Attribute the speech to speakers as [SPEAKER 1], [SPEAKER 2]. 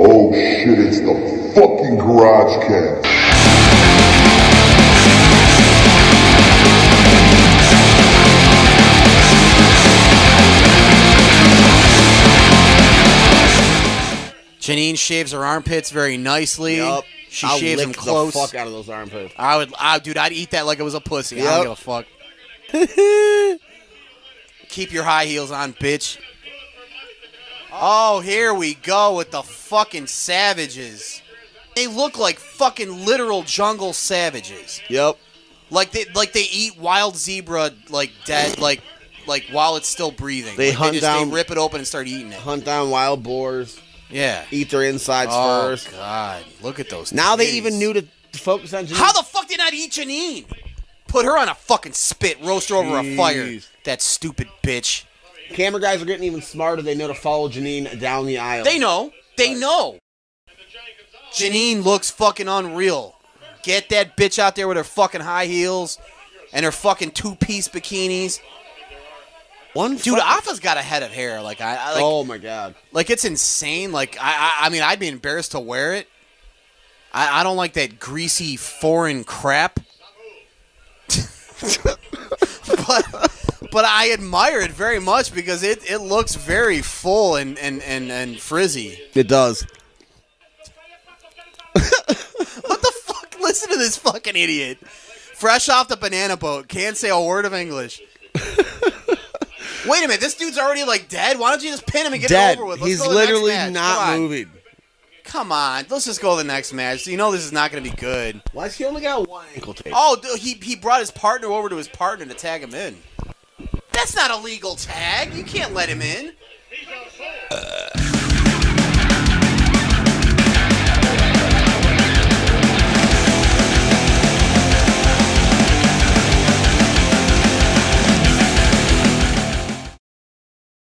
[SPEAKER 1] Oh shit, it's the fucking Garage Cat.
[SPEAKER 2] Janine shaves her armpits very nicely.
[SPEAKER 3] Yup.
[SPEAKER 2] She
[SPEAKER 3] I'll
[SPEAKER 2] shaves
[SPEAKER 3] lick
[SPEAKER 2] them close.
[SPEAKER 3] The fuck out of those armpits.
[SPEAKER 2] I would, I, dude, I'd eat that like it was a pussy. I don't
[SPEAKER 3] Yup.
[SPEAKER 2] give a fuck. Keep your high heels on, bitch. Oh, here we go with the fucking savages. They look like fucking literal jungle savages.
[SPEAKER 3] Yep.
[SPEAKER 2] Like they, like they eat wild zebra like dead, like, like while it's still breathing.
[SPEAKER 3] They
[SPEAKER 2] Like,
[SPEAKER 3] hunt
[SPEAKER 2] just,
[SPEAKER 3] down-
[SPEAKER 2] they rip it open and start eating it.
[SPEAKER 3] Hunt down wild boars,
[SPEAKER 2] Yeah.
[SPEAKER 3] eat their insides
[SPEAKER 2] Oh
[SPEAKER 3] first.
[SPEAKER 2] God! Look at those.
[SPEAKER 3] Now they
[SPEAKER 2] titties.
[SPEAKER 3] even knew to to focus on. Janine.
[SPEAKER 2] How the fuck did not eat Janine? Put her on a fucking spit, roast her over a fire.
[SPEAKER 3] Jeez.
[SPEAKER 2] That stupid bitch.
[SPEAKER 3] camera guys are getting even smarter. They know to follow Janine down the aisle.
[SPEAKER 2] They know. They know. Janine looks fucking unreal. Get that bitch out there with her fucking high heels and her fucking two-piece bikinis.
[SPEAKER 3] One
[SPEAKER 2] Dude,
[SPEAKER 3] fuck-
[SPEAKER 2] Alpha's got a head of hair. Like I, I like,
[SPEAKER 3] oh my god.
[SPEAKER 2] like it's insane. Like I, I, I mean, I'd be embarrassed to wear it. I, I don't like that greasy foreign crap. but, but I admire it very much because it, it looks very full and and and, and frizzy.
[SPEAKER 3] It does.
[SPEAKER 2] What the fuck? Listen to this fucking idiot. Fresh off the banana boat, can't say a word of English. Wait a minute, this dude's already like dead. Why don't you just pin him and get
[SPEAKER 3] Dead.
[SPEAKER 2] it over with? Let's
[SPEAKER 3] He's
[SPEAKER 2] go to the next
[SPEAKER 3] literally
[SPEAKER 2] match. Come
[SPEAKER 3] not
[SPEAKER 2] on.
[SPEAKER 3] moving.
[SPEAKER 2] Come on, let's just go to the next match. You know this is not going to be good.
[SPEAKER 3] Why does he only got one ankle tape?
[SPEAKER 2] Oh, dude, he he brought his partner over to his partner to tag him in. That's not a legal tag. You can't let him in.